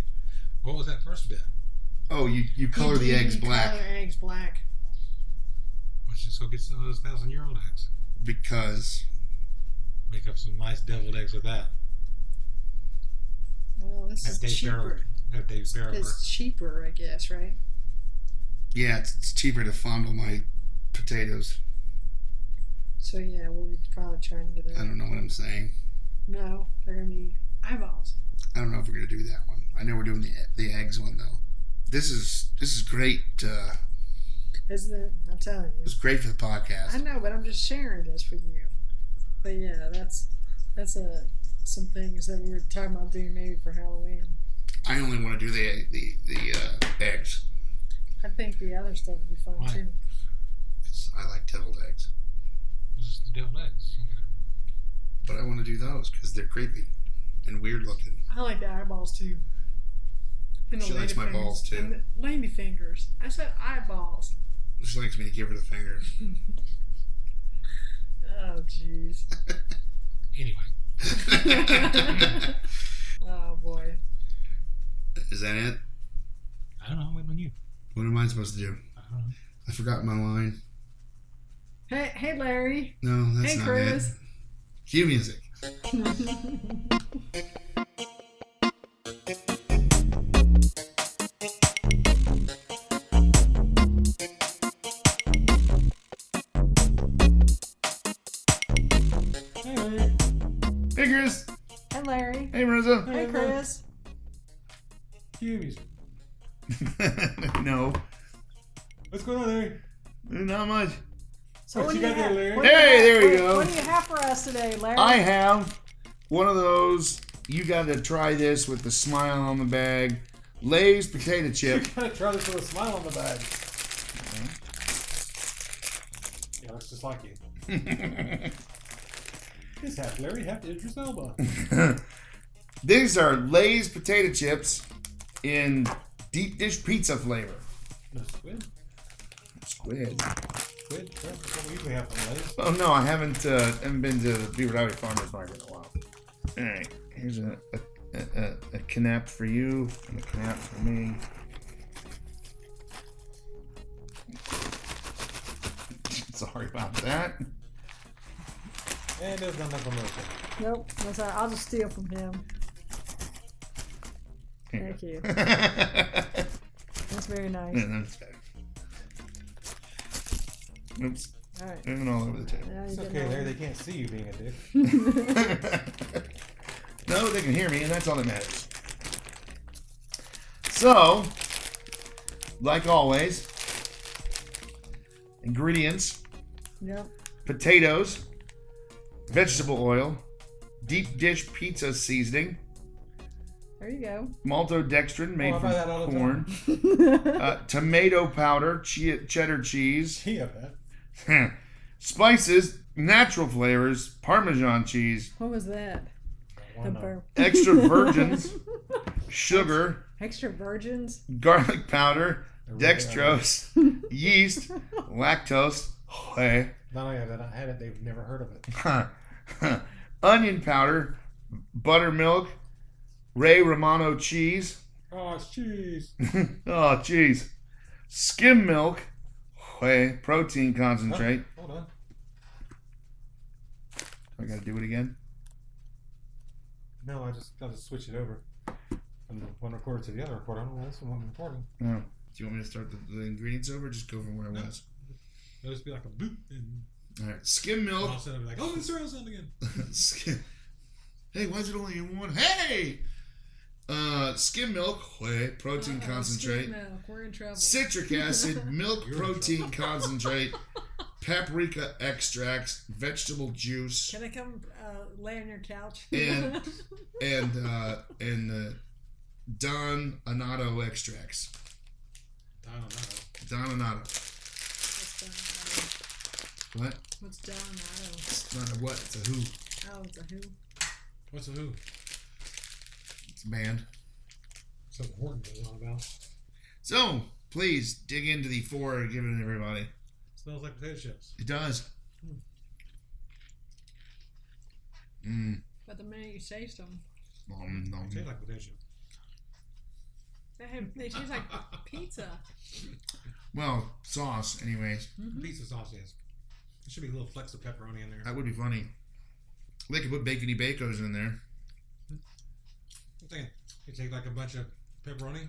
[SPEAKER 5] What was that first bit?
[SPEAKER 3] Oh, you you color the
[SPEAKER 4] You-
[SPEAKER 3] eggs
[SPEAKER 4] you
[SPEAKER 3] black
[SPEAKER 4] Color eggs black.
[SPEAKER 5] Let's just go get some of those thousand year old eggs.
[SPEAKER 3] because
[SPEAKER 5] Make up some nice deviled eggs with that.
[SPEAKER 4] Well, this
[SPEAKER 5] Have
[SPEAKER 4] is
[SPEAKER 5] Dave Barrow.
[SPEAKER 4] cheaper.
[SPEAKER 5] Have Dave Barrow.
[SPEAKER 4] It's cheaper, I guess, right?
[SPEAKER 3] yeah, it's, it's cheaper to fondle my potatoes.
[SPEAKER 4] So yeah, we'll be probably trying to get
[SPEAKER 3] I
[SPEAKER 4] there.
[SPEAKER 3] don't know what I'm saying.
[SPEAKER 4] No, they're gonna be eyeballs.
[SPEAKER 3] I don't know if we're gonna do that one. I know we're doing the the eggs one though. This is this is great. Uh,
[SPEAKER 4] Isn't it? I'm telling you.
[SPEAKER 3] it's great for the podcast.
[SPEAKER 4] I know, but I'm just sharing this with you. But yeah, that's that's a some things that we were talking about doing maybe for Halloween.
[SPEAKER 3] I only want to do the the the uh, eggs.
[SPEAKER 4] I think the other stuff would be fun
[SPEAKER 5] Why?
[SPEAKER 4] too.
[SPEAKER 3] 'cause I like deviled eggs,
[SPEAKER 5] Just the deviled eggs.
[SPEAKER 3] but I want to do those because they're creepy and weird looking.
[SPEAKER 4] I like the eyeballs too. And
[SPEAKER 3] She likes my
[SPEAKER 4] ladyfingers.
[SPEAKER 3] balls, too.
[SPEAKER 4] And the lady fingers. I said eyeballs.
[SPEAKER 3] She likes me to give her the finger.
[SPEAKER 4] Oh jeez.
[SPEAKER 5] Anyway,
[SPEAKER 4] Oh boy.
[SPEAKER 3] is that it?
[SPEAKER 5] I don't know. I'm waiting on you.
[SPEAKER 3] What am I supposed to do?
[SPEAKER 5] I don't know.
[SPEAKER 3] I forgot my line.
[SPEAKER 4] Hey, hey, Larry.
[SPEAKER 3] No, that's
[SPEAKER 4] hey,
[SPEAKER 3] not
[SPEAKER 4] Chris.
[SPEAKER 3] it. Cue music.
[SPEAKER 4] Hey,
[SPEAKER 3] Hey Chris.
[SPEAKER 4] hey, Larry.
[SPEAKER 3] Hey Marissa.
[SPEAKER 4] Hey, Chris.
[SPEAKER 5] Cue music.
[SPEAKER 3] no,
[SPEAKER 5] What's going on, Larry?
[SPEAKER 3] not much.
[SPEAKER 4] So
[SPEAKER 5] What
[SPEAKER 4] what
[SPEAKER 5] you
[SPEAKER 4] do you
[SPEAKER 5] got there,
[SPEAKER 4] have?
[SPEAKER 5] Larry?
[SPEAKER 4] what do you
[SPEAKER 3] Hey,
[SPEAKER 4] have-
[SPEAKER 3] there we
[SPEAKER 4] what-
[SPEAKER 3] go.
[SPEAKER 4] What do you have for us today, Larry?
[SPEAKER 3] I have one of those. You got to try this with the smile on the bag. Lay's potato chip.
[SPEAKER 5] gotta try this with a smile on the bag. Yeah, looks just like you. It's half Larry, half Idris Elba.
[SPEAKER 3] These are Lay's potato chips in deep dish pizza flavor.
[SPEAKER 5] No squid.
[SPEAKER 3] Squid.
[SPEAKER 5] Squid. That's what we usually have on those.
[SPEAKER 3] Oh no, I haven't uh, haven't been to the Beaver Valley Farmers Market in a while. All right, here's a a, a, a- a canap for you and a canap for me. Sorry about that.
[SPEAKER 5] And there's nothing from those.
[SPEAKER 4] Nope, that's all right. I'll just steal from him. Thank you. That's very nice.
[SPEAKER 3] Yeah, that's better. Oops,
[SPEAKER 4] All right.
[SPEAKER 3] moving all over the table.
[SPEAKER 4] Now you
[SPEAKER 5] It's
[SPEAKER 4] get
[SPEAKER 5] okay,
[SPEAKER 4] my-
[SPEAKER 5] Larry. They can't see you being a dick.
[SPEAKER 3] no, they can hear me, and that's all that matters. So, like always, ingredients
[SPEAKER 4] Yep.
[SPEAKER 3] potatoes,
[SPEAKER 1] vegetable oil, deep dish pizza seasoning,
[SPEAKER 4] There you go.
[SPEAKER 1] maltodextrin made
[SPEAKER 5] Oh, I buy that all the
[SPEAKER 1] from corn, uh, tomato powder, che- cheddar cheese,
[SPEAKER 5] Gee, I bet.
[SPEAKER 1] spices, natural flavors, Parmesan cheese,
[SPEAKER 4] What was that?
[SPEAKER 5] Oh,
[SPEAKER 4] The bur-
[SPEAKER 1] extra virgins, sugar,
[SPEAKER 4] extra virgins.
[SPEAKER 1] garlic powder, dextrose, yeast, lactose, whey,
[SPEAKER 6] Not only have they not had it, they've never heard of it.
[SPEAKER 1] onion powder, buttermilk, Ray Romano cheese,
[SPEAKER 5] Oh, it's cheese.
[SPEAKER 1] oh cheese, skim milk, whey, protein concentrate.
[SPEAKER 5] Oh, Hold on.
[SPEAKER 1] I gotta do it again.
[SPEAKER 5] No, I just I just switch it over from the one recorder to the other recorder. I don't know why this one wasn't recording.
[SPEAKER 1] No.
[SPEAKER 3] Do you want me to start the, the ingredients over? Or just go from where I was.
[SPEAKER 5] It'll just be like a boop, and
[SPEAKER 3] All right, skim
[SPEAKER 5] all
[SPEAKER 3] milk.
[SPEAKER 5] of a sudden I'll be like, oh, the cereal sound again.
[SPEAKER 3] skim. Hey, why is it only in one? Hey, uh, skim milk, whey, protein
[SPEAKER 4] Uh-oh,
[SPEAKER 3] concentrate,
[SPEAKER 4] Oh, skim milk. We're in trouble.
[SPEAKER 3] citric acid, milk protein concentrate, paprika extracts, vegetable juice,
[SPEAKER 4] Can I come uh, lay on your couch?
[SPEAKER 3] And- and uh, and uh, Don Anato extracts.
[SPEAKER 5] I don't know.
[SPEAKER 3] Don Anato.
[SPEAKER 4] What's
[SPEAKER 3] What?
[SPEAKER 4] down? I
[SPEAKER 3] It's not a what? It's a who?
[SPEAKER 4] don't know. Oh, it's a who?
[SPEAKER 5] What's a who?
[SPEAKER 3] It's a man.
[SPEAKER 5] Something Horton goes on about.
[SPEAKER 3] So please dig into the four given everybody.
[SPEAKER 5] Smells like potato chips.
[SPEAKER 3] It does. Mmm.
[SPEAKER 4] But the minute you taste them,
[SPEAKER 3] Nom, nom.
[SPEAKER 1] Mm-hmm.
[SPEAKER 5] They taste like potato chips.
[SPEAKER 4] they, have, they taste like pizza.
[SPEAKER 3] Well, sauce, anyways.
[SPEAKER 4] Mm-hmm.
[SPEAKER 5] Pizza sauces. There should be a little flecks of pepperoni in there.
[SPEAKER 1] Oh.
[SPEAKER 3] That would be funny. They could put bacony bacos in there.
[SPEAKER 5] I'm thinking you take like a bunch of pepperoni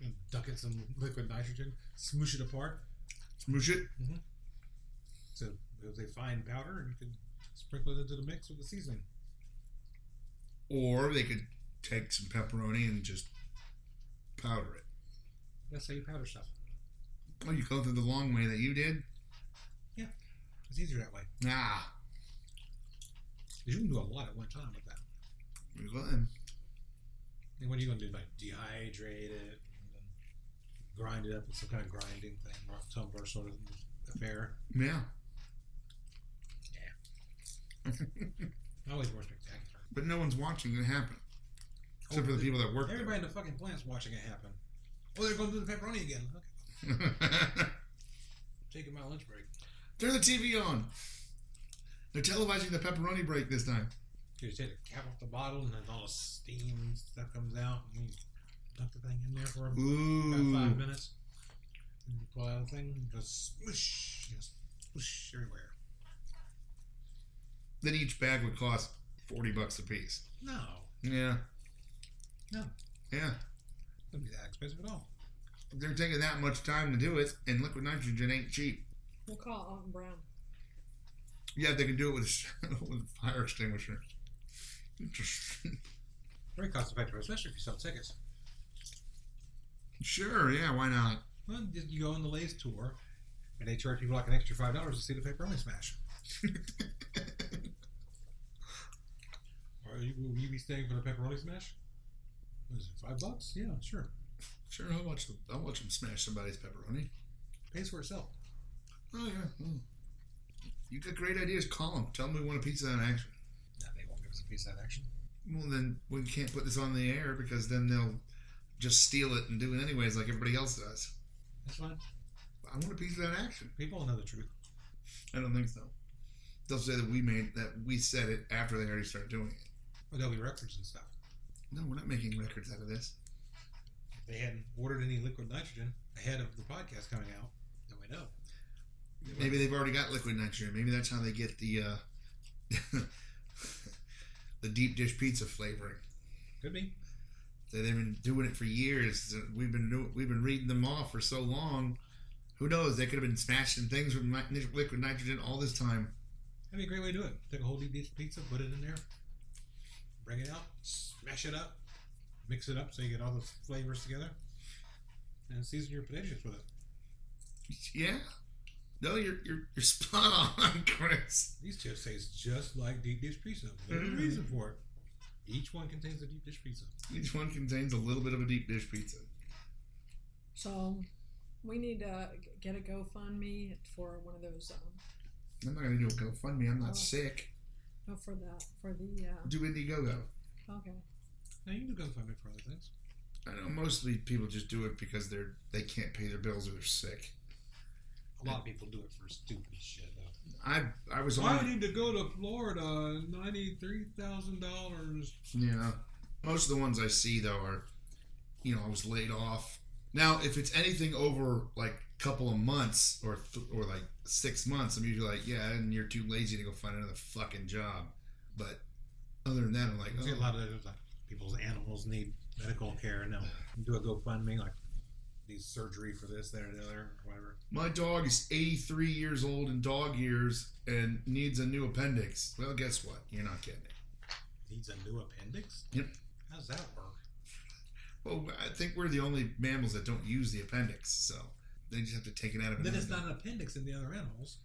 [SPEAKER 5] and duck it some liquid nitrogen, smoosh it apart.
[SPEAKER 3] Smoosh it.
[SPEAKER 5] So it was a fine powder, and you can sprinkle it into the mix with the seasoning.
[SPEAKER 3] Or they could take some pepperoni and just powder it.
[SPEAKER 5] That's how you powder stuff.
[SPEAKER 3] Oh, you go through the long way that you did?
[SPEAKER 5] It's easier that way.
[SPEAKER 3] Nah.
[SPEAKER 5] 'Cause You can do a lot at one time with that.
[SPEAKER 3] You're good.
[SPEAKER 5] And what are you going to do? Like dehydrate it and then grind it up with some kind of grinding thing, or tumbler sort of affair.
[SPEAKER 3] Yeah.
[SPEAKER 5] Always more spectacular.
[SPEAKER 3] But no one's watching it happen. Except for the people that work there.
[SPEAKER 5] Everybody in the fucking plant's watching it happen. Oh, they're going to do the pepperoni again. Okay, taking my lunch break.
[SPEAKER 3] Turn the TV on. They're televising the pepperoni break this time.
[SPEAKER 5] You take the cap off the bottle, and then all the steam and stuff comes out, and you dump the thing in there for about
[SPEAKER 3] Ooh.
[SPEAKER 5] five minutes. And you pull out the thing, and just smush, just smush everywhere.
[SPEAKER 3] Then each bag would cost 40 bucks a piece.
[SPEAKER 5] No,
[SPEAKER 3] Yeah.
[SPEAKER 5] No.
[SPEAKER 3] Yeah.
[SPEAKER 5] wouldn't be that expensive at all.
[SPEAKER 3] They're taking that much time to do it, and liquid nitrogen ain't cheap.
[SPEAKER 4] We'll call Alton Brown.
[SPEAKER 3] Yeah, they can do it with, with a fire extinguisher. Just-
[SPEAKER 5] Very cost effective, especially if you sell tickets.
[SPEAKER 3] sure, yeah, why not?
[SPEAKER 5] Well, you- you go on the Lay's tour, and they charge people like an extra five dollars to see the pepperoni smash. Are you, will you be staying for the pepperoni smash? What is it five bucks? Yeah, sure.
[SPEAKER 3] Sure, I'll watch them. I'll watch them smash somebody's pepperoni.
[SPEAKER 5] Pays for itself.
[SPEAKER 3] Oh yeah. mm. You got great ideas. Call them. Tell them we want a piece of that action.
[SPEAKER 5] No, they won't give us a piece of that action.
[SPEAKER 3] Well, then we can't put this on the air because then they'll just steal it and do it anyways, like everybody else does.
[SPEAKER 5] That's fine.
[SPEAKER 3] I want a piece of that action.
[SPEAKER 5] People know the truth.
[SPEAKER 3] I don't think so. They'll say that we made that we said it after they already started doing it.
[SPEAKER 5] But there'll be records and stuff.
[SPEAKER 3] No, we're not making records out of this.
[SPEAKER 5] If they hadn't ordered any liquid nitrogen ahead of the podcast coming out, then we know.
[SPEAKER 3] Maybe they've already got liquid nitrogen. Maybe that's how they get the uh, the deep dish pizza flavoring.
[SPEAKER 5] Could be.
[SPEAKER 3] They've been doing it for years. We've been do- we've been reading them off for so long. Who knows? They could have been smashing things with ni- liquid nitrogen all this time.
[SPEAKER 5] That'd be a great way to do it. Take a whole deep dish pizza, put it in there, bring it out, smash it up, mix it up so you get all the flavors together, and season your potato chips with it.
[SPEAKER 3] Yeah. No, you're you're you're spot on, Chris.
[SPEAKER 5] These chips taste just like deep dish pizza. There's a reason for it. Each one contains a deep dish pizza.
[SPEAKER 3] Each one contains a little bit of a deep dish pizza.
[SPEAKER 4] So we need to get a GoFundMe for one of those. Um,
[SPEAKER 3] I'm not gonna do a GoFundMe. I'm not
[SPEAKER 4] Oh.
[SPEAKER 3] sick.
[SPEAKER 4] no, oh, for the for the uh,
[SPEAKER 3] Do Indiegogo.
[SPEAKER 4] okay.
[SPEAKER 5] Now you can go find me for other things.
[SPEAKER 3] I know mostly people just do it because they're they can't pay their bills or they're sick.
[SPEAKER 5] A lot of people do it for stupid shit though.
[SPEAKER 3] I I was
[SPEAKER 5] I
[SPEAKER 3] on.
[SPEAKER 5] need to go to Florida. Ninety-three thousand dollars.
[SPEAKER 3] Yeah. Most of the ones I see though are, you know, I was laid off. Now, if it's anything over like a couple of months or th- or like six months, I'm usually like, yeah, and you're too lazy to go find another fucking job. But other than that, I'm like,
[SPEAKER 5] I see a
[SPEAKER 3] oh,
[SPEAKER 5] lot of those like people's animals need medical care, and they'll do a GoFundMe like these surgery for this, that, or the other, or whatever.
[SPEAKER 3] my dog is 83 years old in dog years and needs a new appendix. Well, guess what? You're not getting it.
[SPEAKER 5] Needs a new appendix.
[SPEAKER 3] Yep.
[SPEAKER 5] How does that work?
[SPEAKER 3] Well, I think we're the only mammals that don't use the appendix, so they just have to take it out of
[SPEAKER 5] Then
[SPEAKER 3] another
[SPEAKER 5] it's
[SPEAKER 3] dog.
[SPEAKER 5] not an appendix in the other animals.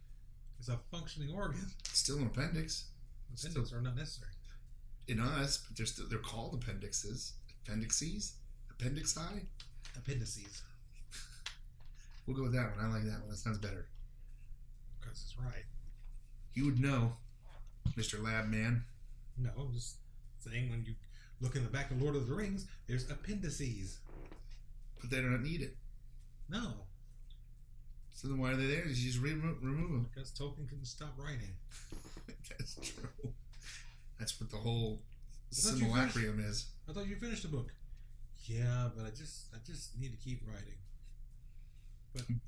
[SPEAKER 5] It's a functioning organ.
[SPEAKER 3] It's still an appendix.
[SPEAKER 5] Appendix are not necessary.
[SPEAKER 3] in us, but they're still they're called appendixes, appendices, appendixi.
[SPEAKER 5] Appendices.
[SPEAKER 3] We'll go with that one. I like that one. That sounds better.
[SPEAKER 5] Because it's right.
[SPEAKER 3] You would know, Mister Lab Man.
[SPEAKER 5] No, I'm just saying when you look in the back of Lord of the Rings, there's appendices.
[SPEAKER 3] But they don't need it.
[SPEAKER 5] No,
[SPEAKER 3] So then why are they there? You just re- remove them.
[SPEAKER 5] because Tolkien couldn't stop writing.
[SPEAKER 3] That's true. That's what the whole
[SPEAKER 5] thought you finished-
[SPEAKER 3] simulacrum is.
[SPEAKER 5] I thought you finished the book. Yeah, but I just I just need to keep writing.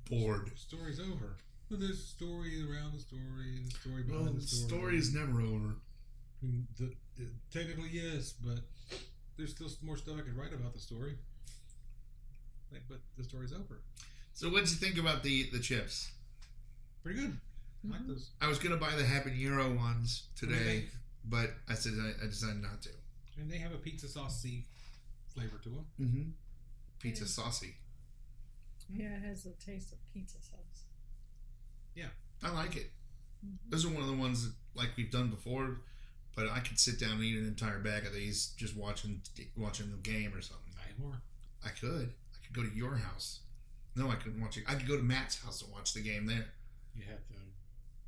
[SPEAKER 3] Bored.
[SPEAKER 5] The story's over. But there's a story around the story and the story behind
[SPEAKER 3] Well,
[SPEAKER 5] the
[SPEAKER 3] the
[SPEAKER 5] story.
[SPEAKER 3] story is never over.
[SPEAKER 5] I mean, the, the- technically yes, but there's still more stuff I could write about the story. Like, but the story's over.
[SPEAKER 3] So what'd you think about the the chips?
[SPEAKER 5] Pretty good. I like
[SPEAKER 4] Mhm.
[SPEAKER 5] those.
[SPEAKER 3] I was gonna buy the habanero ones today,
[SPEAKER 5] Really?
[SPEAKER 3] but I said I, I decided not to.
[SPEAKER 5] And they have a pizza saucy flavor to them.
[SPEAKER 3] Mm-hmm. Pizza
[SPEAKER 4] Yeah.
[SPEAKER 3] saucy.
[SPEAKER 4] Yeah, it has the taste of pizza sauce.
[SPEAKER 3] I like it.
[SPEAKER 4] Mhm.
[SPEAKER 3] Those are one of the ones that, like we've done before, but I could sit down and eat an entire bag of these just watching watching the game or something.
[SPEAKER 5] I more.
[SPEAKER 3] I could. I could go to your house. No, I couldn't watch it. I could go to Matt's house and watch the game there.
[SPEAKER 5] You have to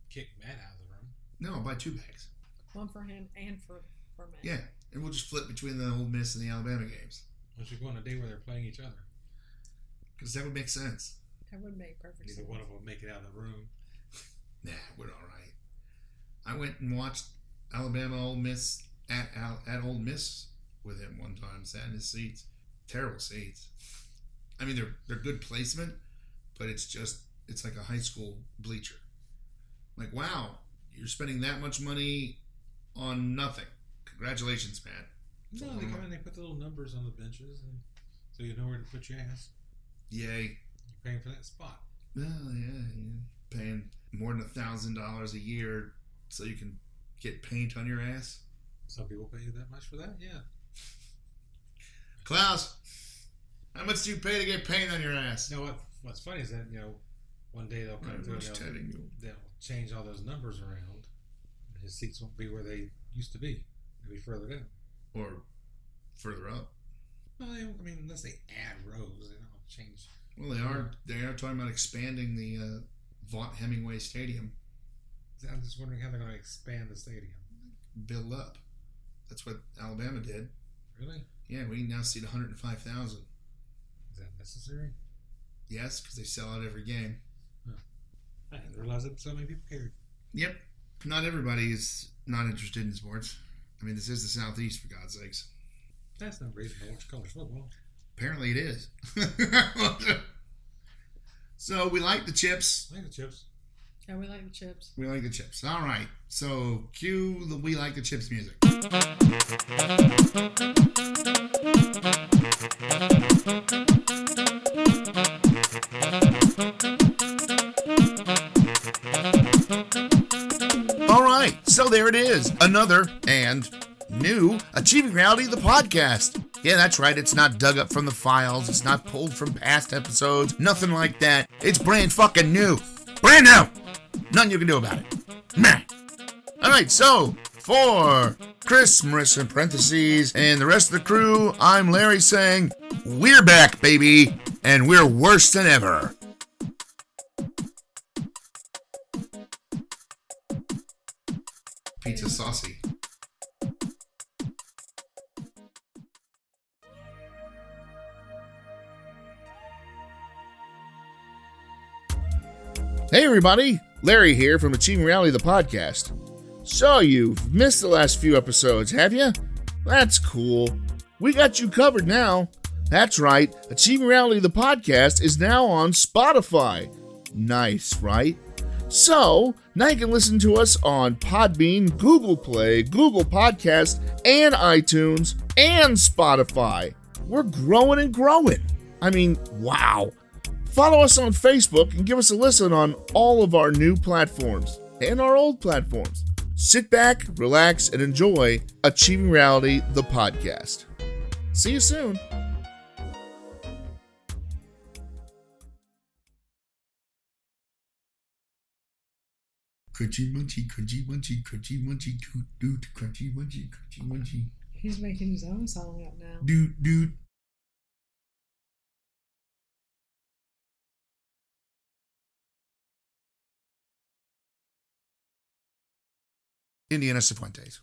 [SPEAKER 5] kick Matt out of the room.
[SPEAKER 3] No, I'll buy two bags.
[SPEAKER 4] One for him and for for Matt.
[SPEAKER 3] Yeah, and we'll just flip between the Ole Miss and the Alabama games
[SPEAKER 5] Unless you go on a day where they're playing each other.
[SPEAKER 3] because that would make sense.
[SPEAKER 4] that would make perfect
[SPEAKER 5] Neither
[SPEAKER 4] sense.
[SPEAKER 5] one of them make it out of the room.
[SPEAKER 3] Nah, we're all right. I went and watched Alabama Ole Miss at Al, at Ole Miss with him one time, sat in his seats. Terrible seats. I mean, they're they're good placement, but it's just it's like a high school bleacher. Like, wow, you're spending that much money on nothing. Congratulations, Matt.
[SPEAKER 5] No, they come in, they put the little numbers on the benches, and so you know where to put your ass.
[SPEAKER 3] Yay.
[SPEAKER 5] You're paying for that spot.
[SPEAKER 3] Oh yeah, yeah. Paying more than a thousand dollars a year so you can get paint on your ass.
[SPEAKER 5] Some people pay you that much for that. Yeah,
[SPEAKER 3] Klaus, how much do you pay to get paint on your ass?
[SPEAKER 5] You know what? What's funny is that you know, one day they'll
[SPEAKER 3] Mm,
[SPEAKER 5] come through and they'll,
[SPEAKER 3] you.
[SPEAKER 5] they'll change all those numbers around. and His seats won't be where they used to be. They'll be further down.
[SPEAKER 3] Or further up.
[SPEAKER 5] Well, they, I mean, unless they add rows, they don't change.
[SPEAKER 3] Well, they are. They are talking about expanding the uh, Vaught Hemingway Stadium.
[SPEAKER 5] I'm just wondering how they're going to expand the stadium.
[SPEAKER 3] Build up. That's what Alabama did.
[SPEAKER 5] Really?
[SPEAKER 3] Yeah, we now seat 105,000.
[SPEAKER 5] Is that necessary?
[SPEAKER 3] Yes, because they sell out every game.
[SPEAKER 5] I didn't realize that so many people cared.
[SPEAKER 3] Yep. Not everybody is not interested in sports. I mean, this is the Southeast, for God's sakes.
[SPEAKER 5] That's no reason to watch college football.
[SPEAKER 3] Apparently, it is. so we like the chips.
[SPEAKER 5] I like the chips.
[SPEAKER 4] Yeah, we like the chips.
[SPEAKER 3] We like the chips. All right. So cue the we like the chips music.
[SPEAKER 1] All right, so there it is. Another and new Achieving Reality the podcast. Yeah, that's right. It's not dug up from the files, it's not pulled from past episodes, nothing like that. It's brand fucking new. Brand new. Nothing you can do about it. Meh. All right, so for Christmas in parentheses and the rest of the crew, I'm Larry saying, We're back, baby, and we're worse than ever.
[SPEAKER 3] Pizza saucy.
[SPEAKER 1] Hey, everybody. Larry here from Achieving Reality, the podcast. So, you've missed the last few episodes, have you? That's cool. We got you covered now. That's right. Achieving Reality, the podcast is now on Spotify. Nice, right? So, now you can listen to us on Podbean, Google Play, Google Podcast, and iTunes, and Spotify. We're growing and growing. I mean, wow. Follow us on Facebook and give us a listen on all of our new platforms and our old platforms. Sit back, relax, and enjoy Achieving Reality, the podcast. See you soon.
[SPEAKER 3] Crunchy munchy, crunchy munchy, crunchy munchy, doot doot, crunchy munchy, crunchy munchy,
[SPEAKER 4] He's making his own song up now.
[SPEAKER 3] doot doot.
[SPEAKER 1] Indiana Cifuentes.